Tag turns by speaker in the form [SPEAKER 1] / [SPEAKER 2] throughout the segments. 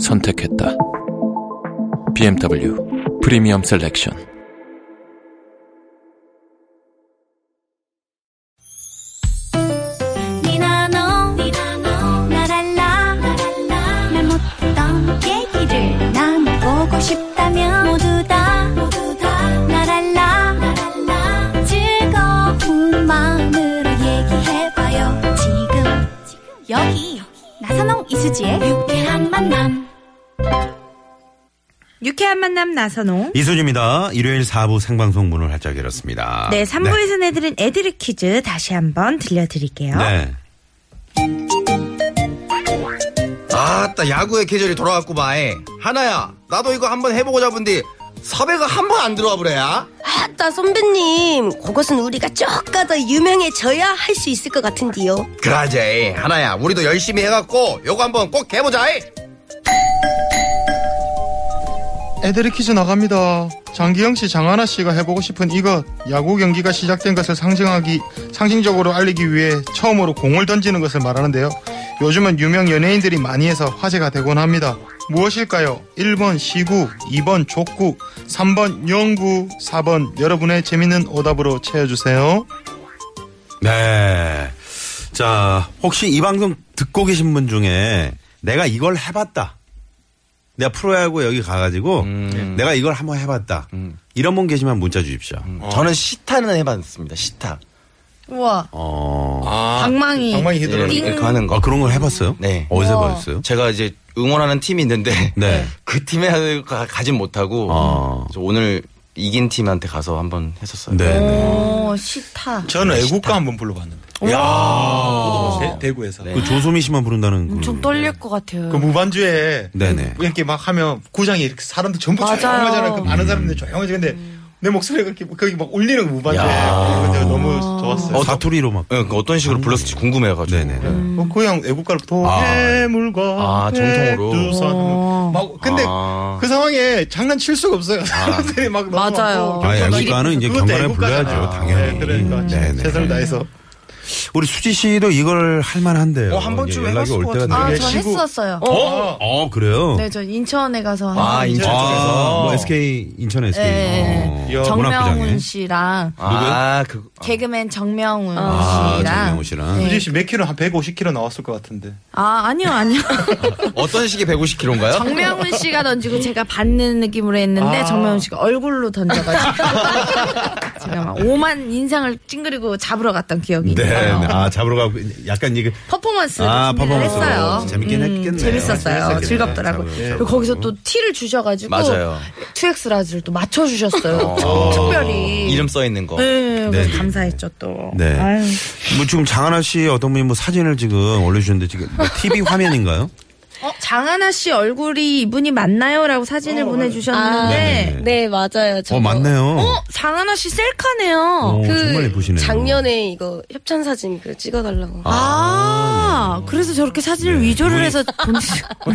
[SPEAKER 1] 선택했다. BMW 프리미엄 셀렉션.
[SPEAKER 2] 니나노 날 알라 말 못했던 얘기를 난 보고 싶다면 모두 다날 알라 즐거운 마음으로 얘기해봐요 지금 여기 나선홍 이수지의 유쾌한 만남
[SPEAKER 3] 유쾌한 만남 나선홍.
[SPEAKER 4] 이순입니다. 일요일 4부 생방송 문을 활짝 열었습니다.
[SPEAKER 3] 네, 3부에서 내드린 애드립 퀴즈 다시 한번 들려드릴게요.
[SPEAKER 4] 네. 네.
[SPEAKER 5] 아따 야구의 계절이 돌아왔고 마에 하나야 나도 이거 한번 해보고 잡은디 섭외가 한 번 안 들어와 그래야
[SPEAKER 6] 아따 선배님 그것은 우리가 쪼까 더 유명해져야 할 수 있을 것 같은데요
[SPEAKER 5] 그러제 하나야 우리도 열심히 해갖고 요거 한번 꼭 해보자
[SPEAKER 7] 애들이 퀴즈 나갑니다. 장기영 씨, 장하나 씨가 해보고 싶은 이것. 야구 경기가 시작된 것을 상징하기, 상징적으로 알리기 위해 처음으로 공을 던지는 것을 말하는데요. 요즘은 유명 연예인들이 많이 해서 화제가 되곤 합니다. 무엇일까요? 1번 시구, 2번 족구, 3번 영구, 4번 여러분의 재밌는 오답으로 채워주세요.
[SPEAKER 4] 네. 자, 혹시 이 방송 듣고 계신 분 중에 내가 이걸 해봤다. 내가 프로야구 여기 가가지고
[SPEAKER 5] 음. 네.
[SPEAKER 4] 내가 이걸 한번 해봤다. 이런 분 계시면 문자 주십시오.
[SPEAKER 5] 음.
[SPEAKER 8] 어. 저는 시타는 해봤습니다. 시타.
[SPEAKER 3] 우와,
[SPEAKER 4] 어,
[SPEAKER 5] 아,
[SPEAKER 3] 방망이.
[SPEAKER 7] 방망이
[SPEAKER 8] 예,
[SPEAKER 7] 히드로.
[SPEAKER 8] 이렇게 하는
[SPEAKER 4] 아,
[SPEAKER 8] 거.
[SPEAKER 4] 그런 걸 해봤어요?
[SPEAKER 8] 네.
[SPEAKER 4] 어디서 해봤어요?
[SPEAKER 8] 제가 이제 응원하는 팀이 있는데
[SPEAKER 4] 네.
[SPEAKER 8] 그 팀에 가- 가진 못하고
[SPEAKER 4] 어.
[SPEAKER 8] 그래서 오늘 이긴 팀한테 가서 한번 했었어요.
[SPEAKER 4] 네. 네.
[SPEAKER 3] 오, 시타.
[SPEAKER 9] 저는 애국가 한번 불러봤는데
[SPEAKER 4] 야
[SPEAKER 9] 대, 구에서
[SPEAKER 5] 네.
[SPEAKER 4] 그 조소미 씨만 부른다는 그.
[SPEAKER 3] 좀 떨릴 것 같아요.
[SPEAKER 7] 그 무반주에
[SPEAKER 4] 네네.
[SPEAKER 7] 이렇게 막 하면 구장에 이렇게 사람들 전부 조용하잖아요. 그
[SPEAKER 4] 음.
[SPEAKER 7] 많은 사람들 조용하지. 근데
[SPEAKER 3] 음.
[SPEAKER 7] 내 목소리가 이렇게 거기 막 울리는 거 무반주에. 근데 너무
[SPEAKER 3] 아.
[SPEAKER 7] 좋았어요.
[SPEAKER 4] 어, 사투리로 막.
[SPEAKER 8] 네, 그 어떤 식으로 불렀을지 궁금해가지고.
[SPEAKER 4] 음. 네네.
[SPEAKER 7] 어, 고향 애국가로
[SPEAKER 4] 아.
[SPEAKER 7] 도해물과
[SPEAKER 8] 아, 정통으로.
[SPEAKER 3] 어.
[SPEAKER 7] 백두산. 막 근데
[SPEAKER 8] 아.
[SPEAKER 7] 그 상황에 장난칠 수가 없어요. 사람들이 막 너무
[SPEAKER 3] 맞아요.
[SPEAKER 4] 아, 애국가는 이제
[SPEAKER 7] 그것도
[SPEAKER 4] 경관에
[SPEAKER 7] 애국가잖아.
[SPEAKER 4] 불러야죠,
[SPEAKER 7] 네,
[SPEAKER 4] 당연히.
[SPEAKER 7] 그러니까
[SPEAKER 4] 네네.
[SPEAKER 7] 최선을 다해서
[SPEAKER 4] 우리 수지 씨도 이걸 할 만한데요.
[SPEAKER 5] 어, 한
[SPEAKER 4] 이제
[SPEAKER 5] 번쯤
[SPEAKER 4] 연락이
[SPEAKER 5] 해봤을
[SPEAKER 4] 올
[SPEAKER 5] 것
[SPEAKER 4] 때가
[SPEAKER 5] 같은데.
[SPEAKER 7] 아,
[SPEAKER 4] 되게
[SPEAKER 7] 저 시구.
[SPEAKER 3] 네. 했었어요.
[SPEAKER 4] 어? 어, 그래요?
[SPEAKER 3] 네, 저 인천에 가서.
[SPEAKER 8] 아,
[SPEAKER 3] 한-
[SPEAKER 8] 인천
[SPEAKER 4] 아,
[SPEAKER 8] 쪽에서.
[SPEAKER 4] 뭐 SK 인천 SK
[SPEAKER 3] 네.
[SPEAKER 4] 어, 문학부장에.
[SPEAKER 3] 정명훈 씨랑
[SPEAKER 8] 아, 그.
[SPEAKER 3] 개그맨 정명훈
[SPEAKER 4] 아,
[SPEAKER 3] 씨랑. 네.
[SPEAKER 4] 정명훈 씨랑.
[SPEAKER 7] 유지 씨몇 킬로 한 150킬로 나왔을 것 같은데.
[SPEAKER 3] 아, 아니요, 아니요.
[SPEAKER 8] 어떤 식의 150kg인가요?
[SPEAKER 3] 정명훈 씨가 던지고 제가 받는 느낌으로 했는데 정명훈 씨가 얼굴로 던져가지고 제가 막 오만 인상을 찡그리고 잡으러 갔던 기억이
[SPEAKER 4] 네, 네.
[SPEAKER 3] 있어요.
[SPEAKER 4] 아 잡으러 가고 약간 이게
[SPEAKER 3] 퍼포먼스
[SPEAKER 4] 아,
[SPEAKER 3] 준비를
[SPEAKER 4] 퍼포먼스.
[SPEAKER 3] 했어요. 음,
[SPEAKER 4] 재밌긴 했겠네요.
[SPEAKER 3] 재밌었어요.
[SPEAKER 4] 재밌었겠네.
[SPEAKER 3] 즐겁더라고요.
[SPEAKER 4] 잡으러
[SPEAKER 3] 그리고 거기서 또 티를 주셔가지고
[SPEAKER 8] 맞아요.
[SPEAKER 3] 투엑스라즈를 또 맞춰주셨어요.
[SPEAKER 8] 어.
[SPEAKER 3] 특별히.
[SPEAKER 8] 이름 써 있는 거.
[SPEAKER 3] 네, 그래서
[SPEAKER 4] 네.
[SPEAKER 3] 감사했죠 또.
[SPEAKER 4] 네.
[SPEAKER 3] 아유.
[SPEAKER 4] 뭐 지금 장하나 씨 어떤 분이 뭐 사진을 지금 올려주셨는데 지금 뭐 TV 화면인가요?
[SPEAKER 3] 어, 장하나 씨 얼굴이 이분이 맞나요?라고
[SPEAKER 6] 어,
[SPEAKER 3] 사진을 보내주셨는데
[SPEAKER 4] 네.
[SPEAKER 6] 네 맞아요 저
[SPEAKER 4] 어 맞네요.
[SPEAKER 3] 어, 그 장하나 씨 셀카네요.
[SPEAKER 4] 오, 정말 예쁘시네요.
[SPEAKER 6] 작년에 이거 협찬 사진 그 찍어달라고
[SPEAKER 4] 네.
[SPEAKER 3] 아, 그래서 저렇게 사진을 위조를 해서 보내주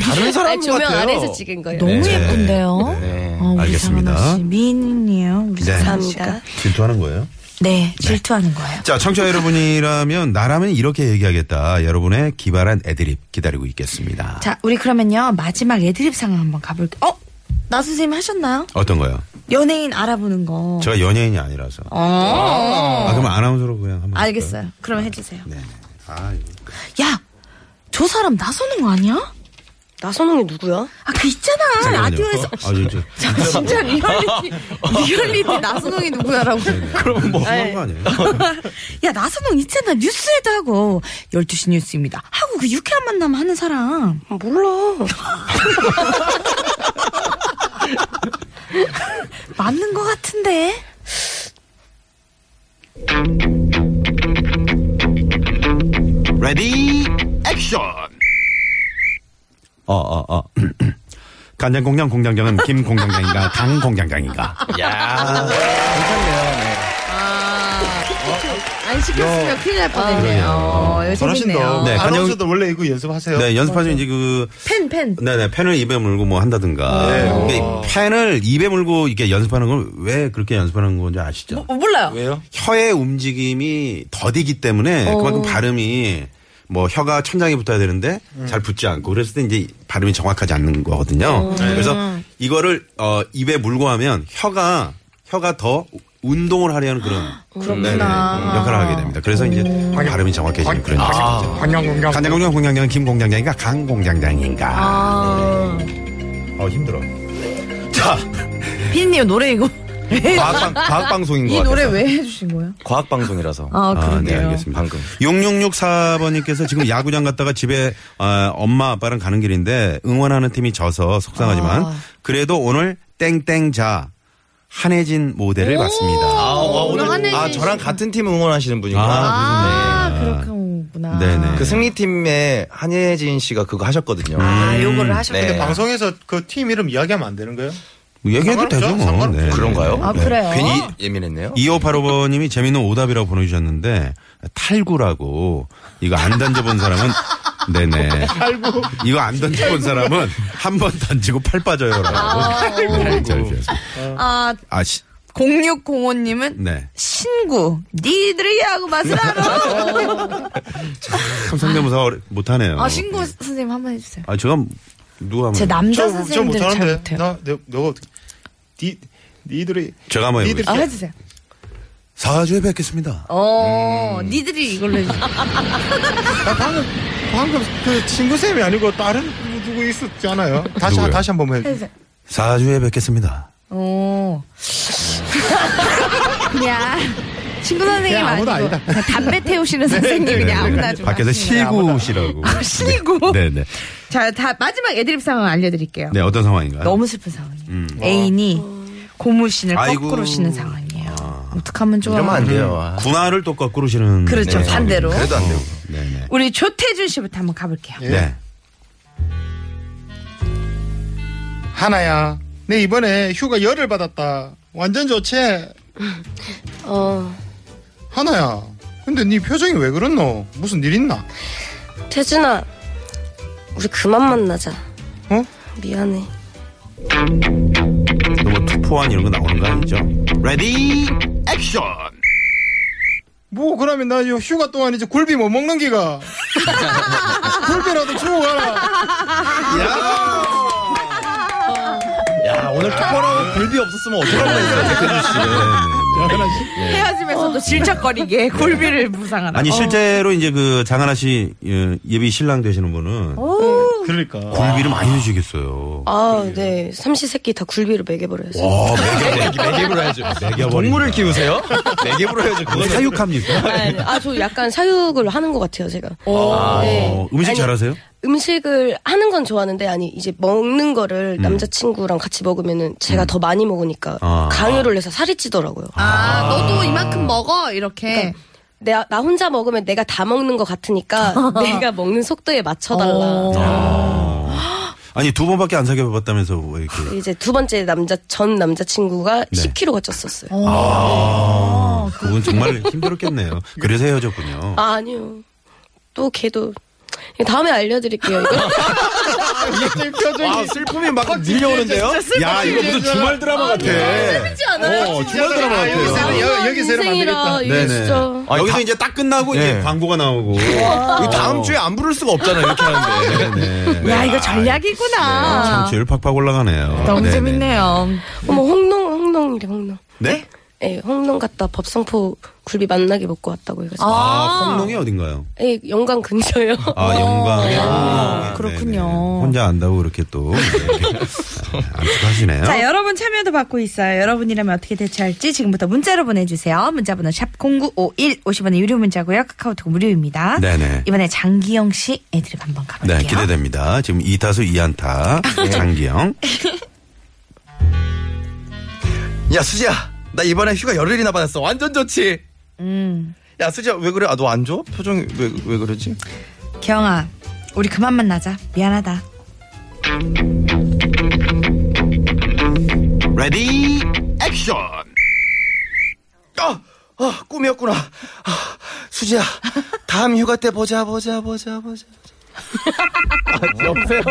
[SPEAKER 8] 다른 사람
[SPEAKER 6] 아니, 조명
[SPEAKER 8] 같아요.
[SPEAKER 6] 아래에서 찍은 거예요
[SPEAKER 3] 너무
[SPEAKER 4] 네.
[SPEAKER 3] 예쁜데요.
[SPEAKER 8] 네.
[SPEAKER 3] 어, 우리
[SPEAKER 4] 알겠습니다.
[SPEAKER 3] 장하나 씨, 미인이에요. 우리
[SPEAKER 4] 네.
[SPEAKER 3] 장하나 씨가.
[SPEAKER 6] 감사합니다
[SPEAKER 4] 질투하는 거예요?
[SPEAKER 3] 네, 질투하는 거예요.
[SPEAKER 4] 자, 청취자 여러분이라면 나라면 이렇게 얘기하겠다. 여러분의 기발한 애드립 기다리고 있겠습니다.
[SPEAKER 3] 자, 우리 그러면요 마지막 애드립 상황 한번 가볼게요. 어, 나 선생님 하셨나요?
[SPEAKER 4] 어떤 거요?
[SPEAKER 3] 연예인 알아보는 거.
[SPEAKER 4] 제가 연예인이 아니라서. 아, 그럼 아나운서로 그냥 한번.
[SPEAKER 3] 어. 알겠어요. 그럼 해주세요.
[SPEAKER 4] 할까요? 네. 아, 이거.
[SPEAKER 3] 야, 저 사람 나서는 거 아니야?
[SPEAKER 6] 나선홍이 누구야?
[SPEAKER 3] 아, 그 있잖아
[SPEAKER 4] 잠깐만요.
[SPEAKER 3] 라디오에서.
[SPEAKER 4] 아, 저, 저,
[SPEAKER 3] 진짜 리얼리티 리얼리티 나선홍이 누구야라고
[SPEAKER 4] 그러면 뭐 하는 거 아니에요?
[SPEAKER 3] 야 나선홍 있잖아 뉴스에도 하고 12시 뉴스입니다 하고 그 유쾌한 만남 하는 사람
[SPEAKER 6] 몰라
[SPEAKER 3] 맞는 것 같은데
[SPEAKER 4] 레디 액션. 어, 어, 어. 간장공장 공장장은 김공장장인가 강공장장인가.
[SPEAKER 8] 야
[SPEAKER 3] 안 시켰으면 큰일 날 뻔했네요. 어, 이거 재밌네요.
[SPEAKER 7] 잘하신다.
[SPEAKER 4] 네,
[SPEAKER 7] 아나운서도 원래 이거 연습하세요.
[SPEAKER 4] 네, 연습하시면 이제 그
[SPEAKER 3] 펜, 펜.
[SPEAKER 4] 네네 펜을 입에 물고 뭐 한다든가 이게 펜을 입에 물고 이렇게 연습하는 걸 왜 그렇게 연습하는 건지 아시죠?
[SPEAKER 3] 어, 몰라요.
[SPEAKER 4] 혀의 움직임이 더디기 때문에 그만큼 발음이 뭐 혀가 천장에 붙어야 되는데 잘 붙지 않고 그랬을 때 이제 발음이 정확하지 않는 거거든요. 네, 그래서 이거를 어 입에 물고 하면 혀가 혀가 더 운동을 하려는 그런 네, 네, 역할을 하게 됩니다. 그래서 이제 발음이 정확해지는 그런 역할이죠.
[SPEAKER 7] 관광공장.
[SPEAKER 4] 아, 간장공장 공장장은 김공장장인가 강공장장인가.
[SPEAKER 3] 아.
[SPEAKER 4] 어 힘들어. 자
[SPEAKER 3] 피디님 노래 이거.
[SPEAKER 8] 과학 과학 방송인 거
[SPEAKER 3] 이
[SPEAKER 8] 같아요.
[SPEAKER 3] 노래 왜 해주신 거예요?
[SPEAKER 8] 과학 방송이라서.
[SPEAKER 3] 아,
[SPEAKER 4] 아, 네,
[SPEAKER 3] 그러네요.
[SPEAKER 4] 알겠습니다.
[SPEAKER 8] 방금.
[SPEAKER 4] 6664번님께서 지금 야구장 갔다가 집에 아, 엄마 아빠랑 가는 길인데 응원하는 팀이 져서 속상하지만 그래도 오늘 땡땡자 한혜진 모델을 봤습니다.
[SPEAKER 8] 아, 와,
[SPEAKER 3] 오늘
[SPEAKER 8] 오늘
[SPEAKER 3] 한혜진
[SPEAKER 8] 아 저랑 같은 팀 응원하시는 분이구나.
[SPEAKER 3] 아, 그렇구나.
[SPEAKER 4] 네네.
[SPEAKER 8] 그 승리팀에 한예진 씨가 그거 하셨거든요.
[SPEAKER 3] 아, 요거를 하셨군요.
[SPEAKER 4] 예.
[SPEAKER 8] 네.
[SPEAKER 7] 방송에서 그 팀 이름 이야기하면 안 되는 거예요?
[SPEAKER 4] 얘기해도
[SPEAKER 7] 상관없죠?
[SPEAKER 4] 되죠 뭐.
[SPEAKER 7] 상관없죠.
[SPEAKER 8] 그런가요? 네.
[SPEAKER 3] 아, 그래요?
[SPEAKER 5] 네.
[SPEAKER 8] 괜히 예민했네요.
[SPEAKER 4] 2585번님이 재밌는 오답이라고 보내주셨는데 탈구라고 이거 안 던져본 사람은 네네 탈구 이거 안 던져본 사람은 한 번 던지고 팔 빠져요라고 네, 잘 지었습니다.
[SPEAKER 3] 아,
[SPEAKER 4] 아 시,
[SPEAKER 3] 0605님은
[SPEAKER 4] 네.
[SPEAKER 3] 친구, 니들이 하고 맛을 알아.
[SPEAKER 4] 참 성대모사 어려- 못하네요.
[SPEAKER 3] 아, 친구 선생님 한 번 해주세요.
[SPEAKER 4] 아, 제가 누가 한번
[SPEAKER 3] 제 남자 선생님들 잘
[SPEAKER 7] 못하는데.
[SPEAKER 3] 못해요.
[SPEAKER 7] 나, 내, 너가 어떻게. 니, 니들이.
[SPEAKER 4] 제가 한번
[SPEAKER 7] 니들-
[SPEAKER 4] 해볼게요.
[SPEAKER 3] 아, 해주세요.
[SPEAKER 4] 사주에 뵙겠습니다.
[SPEAKER 3] 어, 니들이 이걸로 해주세요.
[SPEAKER 7] 아, 나 방금, 방금 그 친구쌤이 아니고 다른 누구 있었지 않아요? 다시,
[SPEAKER 4] 누구요?
[SPEAKER 7] 다시 한 번만 해주세요.
[SPEAKER 3] 해주세요.
[SPEAKER 4] 사주에 뵙겠습니다.
[SPEAKER 3] 오. 어. 그냥 친구 선생님
[SPEAKER 7] 그냥 아무도
[SPEAKER 3] 아니고
[SPEAKER 7] 아니다.
[SPEAKER 3] 그냥 담배 태우시는 선생님
[SPEAKER 4] 네,
[SPEAKER 3] 그냥
[SPEAKER 4] 네,
[SPEAKER 3] 아무나
[SPEAKER 4] 네.
[SPEAKER 3] 좀
[SPEAKER 4] 밖에서
[SPEAKER 3] 하시는 거예요.
[SPEAKER 4] 실구시라고. 네,
[SPEAKER 3] 아, 실구?
[SPEAKER 4] 네네.
[SPEAKER 3] 자, 다 마지막 애드립 상황 알려드릴게요.
[SPEAKER 4] 네, 어떤 상황인가요?
[SPEAKER 3] 너무 슬픈 상황이에요. 애인이 고무신을
[SPEAKER 4] 음. 아이고.
[SPEAKER 3] 거꾸로 신는 상황이에요. 어떡하면 좋아.
[SPEAKER 8] 이러면 안 돼요. 아.
[SPEAKER 4] 군화를 또 거꾸로 시는. 어,
[SPEAKER 3] 그렇죠, 반대로.
[SPEAKER 8] 그래도 안 되고.
[SPEAKER 4] 네네.
[SPEAKER 3] 우리 조태준 씨부터 한번 가볼게요.
[SPEAKER 7] 예.
[SPEAKER 4] 네.
[SPEAKER 7] 하나야, 내 이번에 휴가 열을 받았다. 완전 좋지?
[SPEAKER 6] 어,
[SPEAKER 7] 하나야, 근데 네 표정이 왜 그렇노? 무슨 일 있나?
[SPEAKER 6] 태준아, 우리 그만 만나자.
[SPEAKER 7] 어?
[SPEAKER 6] 미안해.
[SPEAKER 4] 또뭐 투포한 이런 거 나오는 거 아니죠? 레디, 액션!
[SPEAKER 7] 뭐 그러면 나 요 휴가 동안 이제 굴비 못 먹는 기가 굴비라도 주고 가라
[SPEAKER 8] 야 오늘 특허라고 불비 없었으면
[SPEAKER 4] 네,
[SPEAKER 8] 어떡할
[SPEAKER 3] 헤어지면서도 질척거리게 골비를 무상하라.
[SPEAKER 4] 예. 아니, 실제로 이제 그 장하나 씨 예, 예비 신랑 되시는 분은
[SPEAKER 3] 어.
[SPEAKER 7] 그러니까
[SPEAKER 4] 굴비를 많이 드시겠어요.
[SPEAKER 6] 아, 네. 삼시 세끼 다 굴비로 먹여버려서.
[SPEAKER 3] 어,
[SPEAKER 4] 와,
[SPEAKER 8] 매개부로 해야죠. 동물을 키우세요? 매개부로 해야죠. 그건
[SPEAKER 4] 사육합니까?
[SPEAKER 6] 아, 네. 아, 저 약간 사육을 하는 것 같아요, 제가.
[SPEAKER 3] 네.
[SPEAKER 6] 네.
[SPEAKER 4] 어, 음식
[SPEAKER 6] 아니,
[SPEAKER 4] 잘하세요?
[SPEAKER 6] 음식을 하는 건 좋아하는데, 아니, 이제 먹는 거를 남자친구랑 같이 먹으면은 제가 더 많이 먹으니까
[SPEAKER 4] 음. 아.
[SPEAKER 6] 강요를 해서 살이 찌더라고요.
[SPEAKER 3] 아, 너도 이만큼 먹어 이렇게.
[SPEAKER 6] 내, 아, 나 혼자 먹으면 내가 다 먹는 것 같으니까 내가 먹는 속도에 맞춰달라.
[SPEAKER 4] 어.
[SPEAKER 6] 네,
[SPEAKER 4] 아니, 두 번밖에 안 사귀어 봤다면서 왜 이렇게.
[SPEAKER 6] 이제 두 번째 남자 전 남자친구가
[SPEAKER 4] 네.
[SPEAKER 6] 10kg가 쪘었어요.
[SPEAKER 4] 아, 그건 정말 힘들었겠네요. 그래서 헤어졌군요.
[SPEAKER 6] 아, 아니요. 또 걔도 다음에 알려드릴게요. 이거.
[SPEAKER 7] 이 표정이
[SPEAKER 8] 아 슬픔이 막 밀려오는데요? 야 이거 무슨 주말 드라마 같아.
[SPEAKER 6] 쉽지 않아요.
[SPEAKER 8] 어 주말 드라마
[SPEAKER 7] 아,
[SPEAKER 8] 같아요.
[SPEAKER 7] 여기서는 여- 여기서 이러면 안 되겠다
[SPEAKER 6] 아, 인생이라 이게 진짜
[SPEAKER 8] 아니,
[SPEAKER 4] 여기서
[SPEAKER 8] 다- 어.
[SPEAKER 4] 이제 딱 끝나고
[SPEAKER 8] 예.
[SPEAKER 5] 네.
[SPEAKER 4] 이제 광고가 나오고.
[SPEAKER 5] 아.
[SPEAKER 8] 이거 다음 주에 안 부를 수가 없잖아요 이렇게 하는데.
[SPEAKER 9] 그러니까
[SPEAKER 4] 네.
[SPEAKER 3] 야, 이거 전략이구나.
[SPEAKER 4] 청취율 팍팍 올라가네요.
[SPEAKER 3] 너무
[SPEAKER 4] 네. 네네.
[SPEAKER 3] 재밌네요.
[SPEAKER 6] 어머 홍농 홍농이래 홍농.
[SPEAKER 4] 네?
[SPEAKER 6] 예, 홍농 갔다 밥상포 굴비 만나게 먹고 왔다고 해가지고.
[SPEAKER 4] 아, 콩농이 어딘가요?
[SPEAKER 6] 예, 영광 근처요.
[SPEAKER 4] 아, 영광. 아,
[SPEAKER 3] 그렇군요.
[SPEAKER 4] 네네. 혼자 안다고 그렇게 또. 네. 안타하시네요.
[SPEAKER 9] 자, 여러분 참여도 받고 있어요. 여러분이라면 어떻게 대처할지 지금부터 문자로 보내주세요. 문자번호 샵0951 50원의 유료 문자고요. 카카오톡 무료입니다.
[SPEAKER 4] 네네.
[SPEAKER 9] 이번에 장기영 씨 애드립 한번 가볼게요.
[SPEAKER 4] 네, 기대됩니다. 지금 2타수 2안타. 장기영.
[SPEAKER 8] 야 수지야 나 이번에 휴가 열흘이나 받았어 완전 좋지.
[SPEAKER 3] 음.
[SPEAKER 8] 야 수지야 왜 그래? 아 너 안 줘? 표정이 왜 왜 그러지?
[SPEAKER 9] 경아, 우리 그만 만나자. 미안하다.
[SPEAKER 4] 레디 액션.
[SPEAKER 5] 아, 아 꿈이었구나. 아, 수지야, 다음 휴가 때 보자, 보자, 보자, 보자.
[SPEAKER 4] 여보세요?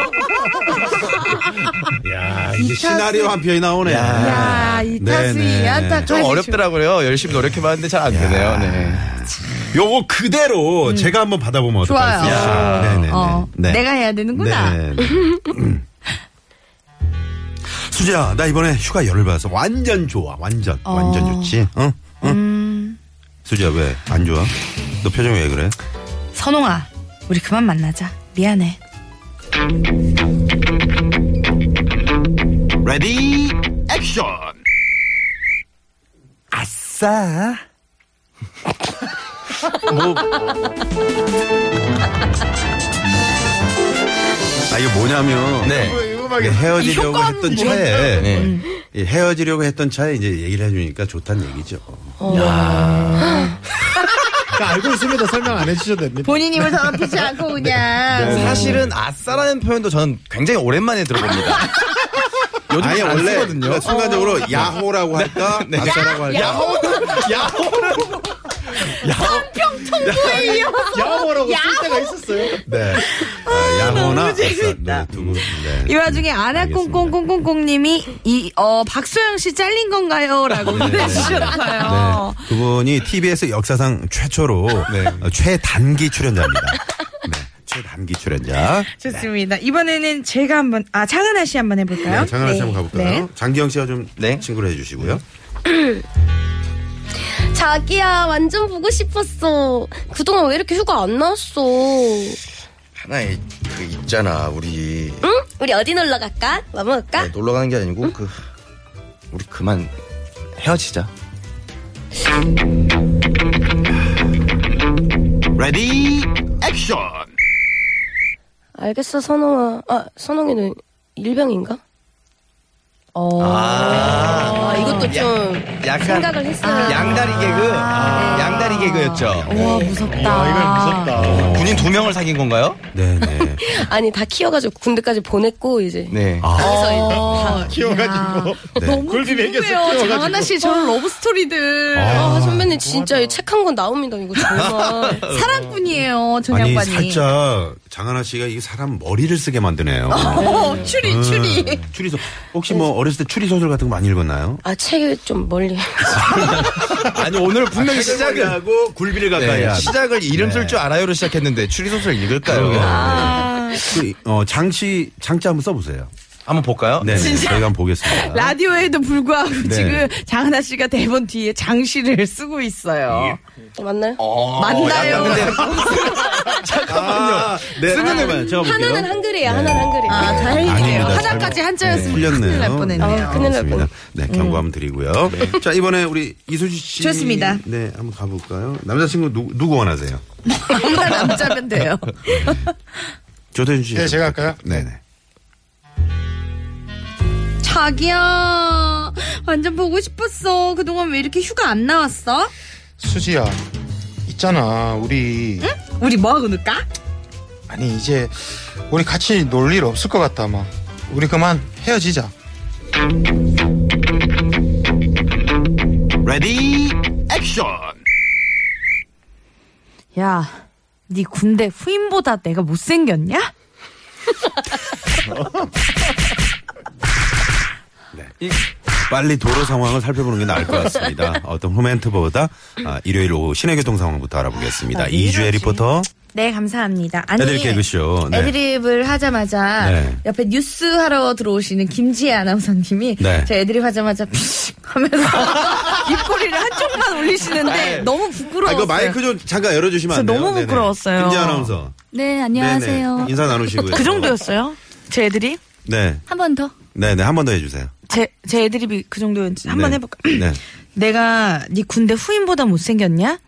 [SPEAKER 4] 야, 이제 시나리오 한 편이 나오네. 아,
[SPEAKER 3] 야, 이타수이 안타까운
[SPEAKER 5] 좀
[SPEAKER 8] 아,
[SPEAKER 5] 어렵더라고요. 열심히 노력해봤는데 잘 안 되네요. 네.
[SPEAKER 4] 요거 그대로 제가 한번 받아보면
[SPEAKER 3] 좋아요.
[SPEAKER 4] 어떨까요? 아, 네네네.
[SPEAKER 3] 어,
[SPEAKER 4] 네.
[SPEAKER 3] 내가 해야 되는구나.
[SPEAKER 4] 네. 음. 수지야, 나 이번에 휴가 열을 받아서 완전 좋아. 완전,
[SPEAKER 3] 어.
[SPEAKER 4] 완전 좋지. 응? 응?
[SPEAKER 3] 음.
[SPEAKER 4] 수지야, 왜 안 좋아? 너 표정이 왜 그래?
[SPEAKER 9] 선홍아, 우리 그만 만나자. 미안해.
[SPEAKER 4] 레디 액션. 아싸. 뭐. 아 이게 뭐냐면
[SPEAKER 5] 네.
[SPEAKER 4] 이게 헤어지려고 했던 차에
[SPEAKER 5] 음.
[SPEAKER 4] 이 헤어지려고 했던 차에 이제 얘기를 해주니까 좋다는 얘기죠.
[SPEAKER 10] 그러니까 알고 있으면 더 설명 안 해주셔도 됩니다.
[SPEAKER 3] 본인 입을 더럽히지 않고 그냥.
[SPEAKER 5] 음. 사실은 아싸라는 표현도 저는 굉장히 오랜만에 들어봅니다. 요즘
[SPEAKER 4] 아니
[SPEAKER 5] 안
[SPEAKER 4] 원래
[SPEAKER 5] 쓰거든요.
[SPEAKER 4] 그러니까 순간적으로 야호라고 할까 아싸라고 할까
[SPEAKER 5] 야호, 야호.
[SPEAKER 10] 야호라고 쓸 때가 있었어요.
[SPEAKER 4] 네 아, 야호나 아싸 네, 두고 네.
[SPEAKER 9] 이 와중에 아나콩콩콩콩콩님이 이 어 박소영 씨 잘린 건가요?라고 보내주셨어요.
[SPEAKER 4] 네. 그분이 TBS 역사상 최초로 어, 최단기 출연자입니다. 네, 최단기 출연자.
[SPEAKER 9] 좋습니다. 이번에는 제가 한번 아 장은아 씨 한번 해볼까요?
[SPEAKER 4] 네, 장현아 씨 한번 가볼까요?
[SPEAKER 9] 네.
[SPEAKER 4] 장기영 씨가 좀 친구를 해주시고요.
[SPEAKER 6] 자기야 완전 보고 싶었어. 그동안 왜 이렇게 휴가 안 나왔어?
[SPEAKER 5] 하나의 그 있잖아 우리
[SPEAKER 6] 응? 우리 어디 놀러 갈까? 뭐 먹을까?
[SPEAKER 3] 네.
[SPEAKER 5] 놀러 가는 게 아니고 그 우리 그만 헤어지자.
[SPEAKER 4] 레디 액션.
[SPEAKER 6] 알겠어 선홍아. 아 선홍이는 일병인가?
[SPEAKER 3] 어.
[SPEAKER 6] 아, 이것도 좀
[SPEAKER 5] 약간
[SPEAKER 6] 생각을 했어요.
[SPEAKER 5] 양다리 개그,
[SPEAKER 3] 아.
[SPEAKER 5] 양다리 개그였죠. 네.
[SPEAKER 3] 와 무섭다.
[SPEAKER 7] 아,
[SPEAKER 5] 군인 두 명을 사귄 건가요?
[SPEAKER 4] 네네.
[SPEAKER 6] 아니 다 키워가지고 군대까지 보냈고 이제
[SPEAKER 5] 네.
[SPEAKER 3] 어,
[SPEAKER 10] 키워가지고.
[SPEAKER 4] 네.
[SPEAKER 10] 골디 매겼어.
[SPEAKER 3] 야, 장하나 씨 저런 러브 스토리들
[SPEAKER 6] 아, 선배님 진짜 책 한 권 나옵니다 이거 정말.
[SPEAKER 3] 네. 사랑꾼이에요 전
[SPEAKER 4] 아니
[SPEAKER 3] 양반이.
[SPEAKER 4] 살짝 장하나 씨가 이 사람 머리를 쓰게 만드네요.
[SPEAKER 3] 어, 추리
[SPEAKER 4] 음.
[SPEAKER 3] 추리.
[SPEAKER 4] 추리소 혹시
[SPEAKER 6] 네.
[SPEAKER 4] 뭐 어렸을 때 추리 소설 같은 거 많이 읽었나요?
[SPEAKER 6] 아 책을 좀 멀리.
[SPEAKER 5] 아니 오늘 분명히
[SPEAKER 4] 시작을
[SPEAKER 5] 시작을
[SPEAKER 4] 하고 굴비를 가까이
[SPEAKER 5] 네,
[SPEAKER 4] 한.
[SPEAKER 5] 시작을 이름 쓸 줄 알아요로 시작했는데 추리소설 읽을까요? 네.
[SPEAKER 4] 그, 어, 장씨 장자 한번 써보세요.
[SPEAKER 5] 한번 볼까요?
[SPEAKER 4] 네, 저희가 한번 보겠습니다.
[SPEAKER 3] 라디오에도 불구하고
[SPEAKER 4] 네.
[SPEAKER 3] 지금 장하나 씨가 대본 뒤에 장씨를 쓰고 있어요.
[SPEAKER 6] 맞나요?
[SPEAKER 5] 어,
[SPEAKER 4] 어,
[SPEAKER 3] 만나요.
[SPEAKER 4] 잠깐만요.
[SPEAKER 5] 아,
[SPEAKER 4] 네, 잠깐만요. 제가 볼게요.
[SPEAKER 6] 하나는 한글이에요. 하나는 한글이에요.
[SPEAKER 3] 아 다행이네요.
[SPEAKER 4] 아닙니다.
[SPEAKER 3] 하나까지 한자였으면
[SPEAKER 4] 렸네요
[SPEAKER 3] 큰일 날 뻔했네요.
[SPEAKER 6] 아, 큰일 날 뻔.
[SPEAKER 4] 네, 경고 한번 드리고요. 자, 이번에 우리 이수지 씨.
[SPEAKER 9] 좋습니다.
[SPEAKER 4] 네, 한번 가볼까요? 남자친구 누, 누구 원하세요?
[SPEAKER 3] 아무나 남자면 돼요.
[SPEAKER 4] 조태준 씨.
[SPEAKER 7] 네, 제가 할까요?
[SPEAKER 4] 네네.
[SPEAKER 9] 자기야, 완전 보고 싶었어. 그동안 왜 이렇게 휴가 안 나왔어?
[SPEAKER 7] 수지야, 있잖아. 우리
[SPEAKER 3] 우리 뭐 그럴까?
[SPEAKER 7] 아니 이제 우리 같이 놀 일 없을 것 같다. 막 우리 그만 헤어지자.
[SPEAKER 4] 레디, 액션!
[SPEAKER 3] 야, 네 군대 후임보다 내가 못생겼냐?
[SPEAKER 4] 빨리 도로 상황을 살펴보는 게 나을 것 같습니다. 어떤 호멘트보다 아, 일요일 오후 시내교통 상황부터 알아보겠습니다. 이주혜 리포터. 아,
[SPEAKER 9] 네, 감사합니다. 아니,
[SPEAKER 4] 애들 개그쇼. 네.
[SPEAKER 3] 애드립을 하자마자
[SPEAKER 4] 네.
[SPEAKER 3] 옆에 뉴스 하러 들어오시는 김지혜 아나운서님이
[SPEAKER 4] 네.
[SPEAKER 3] 저 애드립 하자마자 피식 하면서 입꼬리를 한쪽만 올리시는데 너무
[SPEAKER 4] 아, 이거
[SPEAKER 3] 부끄러웠어요.
[SPEAKER 4] 마이크 좀 잠깐 열어주시면 안
[SPEAKER 9] 저
[SPEAKER 4] 돼요?
[SPEAKER 9] 너무
[SPEAKER 4] 네네.
[SPEAKER 9] 부끄러웠어요.
[SPEAKER 4] 김지 아나운서.
[SPEAKER 9] 네,
[SPEAKER 4] 네네. 인사 나누시고요.
[SPEAKER 9] 그 정도였어요? 제 애들이?
[SPEAKER 4] 네.
[SPEAKER 9] 한 번 더?
[SPEAKER 4] 네네. 한 번 더 해주세요.
[SPEAKER 9] 제, 제 애드립이 그 정도였는지 한 번
[SPEAKER 4] 네.
[SPEAKER 9] 해볼까?
[SPEAKER 4] 네.
[SPEAKER 9] 내가 네 군대 후임보다 못생겼냐?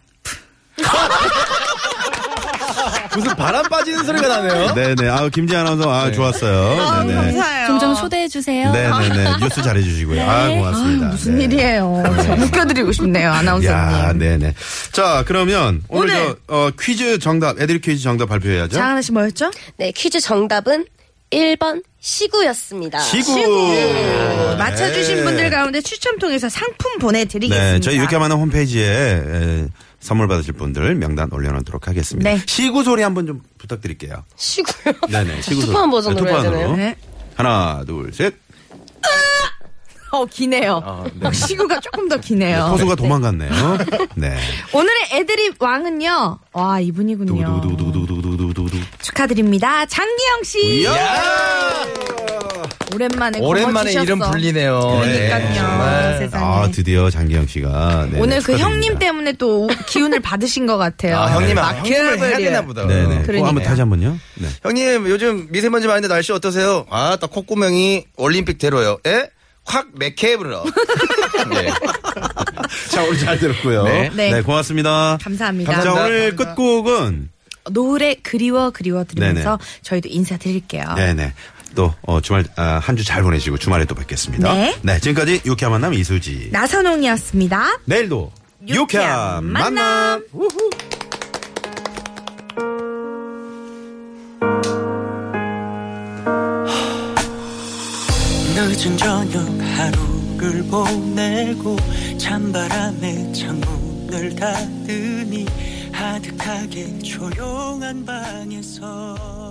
[SPEAKER 5] 무슨 바람 빠지는 소리가 나네요.
[SPEAKER 4] 네네. 아 김지 아나운서 아 좋았어요. 네네.
[SPEAKER 3] 감사해요.
[SPEAKER 6] 종종 초대해주세요.
[SPEAKER 4] 아. 네네네. 뉴스 잘해주시고요. 아 고맙습니다.
[SPEAKER 3] 무슨
[SPEAKER 4] 네.
[SPEAKER 3] 일이에요. 저 웃겨드리고 싶네요,
[SPEAKER 4] 야,
[SPEAKER 3] 아나운서님.
[SPEAKER 4] 네네. 자, 그러면 오늘,
[SPEAKER 3] 오늘!
[SPEAKER 4] 저, 어, 퀴즈 정답, 애들 퀴즈 정답 발표해야죠.
[SPEAKER 9] 장하나 씨 뭐였죠?
[SPEAKER 6] 네 퀴즈 정답은 1번 시구였습니다.
[SPEAKER 4] 네.
[SPEAKER 3] 맞춰주신 분들 가운데 추첨 통해서 상품 보내드리겠습니다.
[SPEAKER 4] 네, 저희 이렇게 하면 홈페이지에 에, 선물 받으실 분들 명단 올려놓도록 하겠습니다.
[SPEAKER 3] 네.
[SPEAKER 4] 시구 소리 한번 좀 부탁드릴게요.
[SPEAKER 6] 시구요?
[SPEAKER 4] 네네, 시구 소리.
[SPEAKER 6] 투파한 버전으로
[SPEAKER 4] 네,
[SPEAKER 6] 해야
[SPEAKER 4] 투파한으로.
[SPEAKER 6] 되나요? 네.
[SPEAKER 4] 하나, 둘, 셋.
[SPEAKER 3] 어, 기네요.
[SPEAKER 5] 아,
[SPEAKER 4] 네.
[SPEAKER 3] 시구가 조금 더 기네요.
[SPEAKER 4] 포수가 도망갔네요. 네.
[SPEAKER 3] 오늘의 애드립 왕은요. 와 이분이군요. 축하드립니다. 장기영 씨. 오랜만에
[SPEAKER 5] 오랜만에
[SPEAKER 3] 거머쥐셨어.
[SPEAKER 5] 이름 불리네요.
[SPEAKER 3] 네, 그러니까요.
[SPEAKER 5] 예, 정말.
[SPEAKER 3] 세상에.
[SPEAKER 4] 아, 드디어 장기영 씨가. 네네,
[SPEAKER 3] 오늘 그
[SPEAKER 4] 축하드립니다.
[SPEAKER 3] 형님 때문에 또 기운을 받으신 것 같아요.
[SPEAKER 5] 아, 형님, 아,
[SPEAKER 3] 막
[SPEAKER 5] 형님을 해야
[SPEAKER 3] 괴물이에요.
[SPEAKER 5] 되나 보다.
[SPEAKER 4] 네네. 어,
[SPEAKER 3] 그러니까요.
[SPEAKER 4] 한번 다시 한 번요. 네.
[SPEAKER 5] 형님, 요즘 미세먼지 많은데 날씨 어떠세요? 아, 딱 콧구멍이 올림픽 대로요. 예? 콱 맥케브러.
[SPEAKER 4] 자, 오늘 잘 들었고요.
[SPEAKER 5] 네.
[SPEAKER 4] 네.
[SPEAKER 3] 네.
[SPEAKER 4] 고맙습니다.
[SPEAKER 3] 감사합니다.
[SPEAKER 4] 자, 오늘 끝곡은.
[SPEAKER 3] 노래 그리워 그리워 들으면서 저희도 인사드릴게요.
[SPEAKER 4] 네네. 또, 어, 주말, 아, 한 주 잘 보내시고 주말에 또 뵙겠습니다.
[SPEAKER 3] 네.
[SPEAKER 4] 지금까지 유쾌한 만남 이수지.
[SPEAKER 3] 나선홍이었습니다.
[SPEAKER 4] 내일도 유쾌한 만남. 우후.
[SPEAKER 7] 늦은 저녁 하루를 보내고 찬바람에 창문을 닫으니 아득하게 조용한 방에서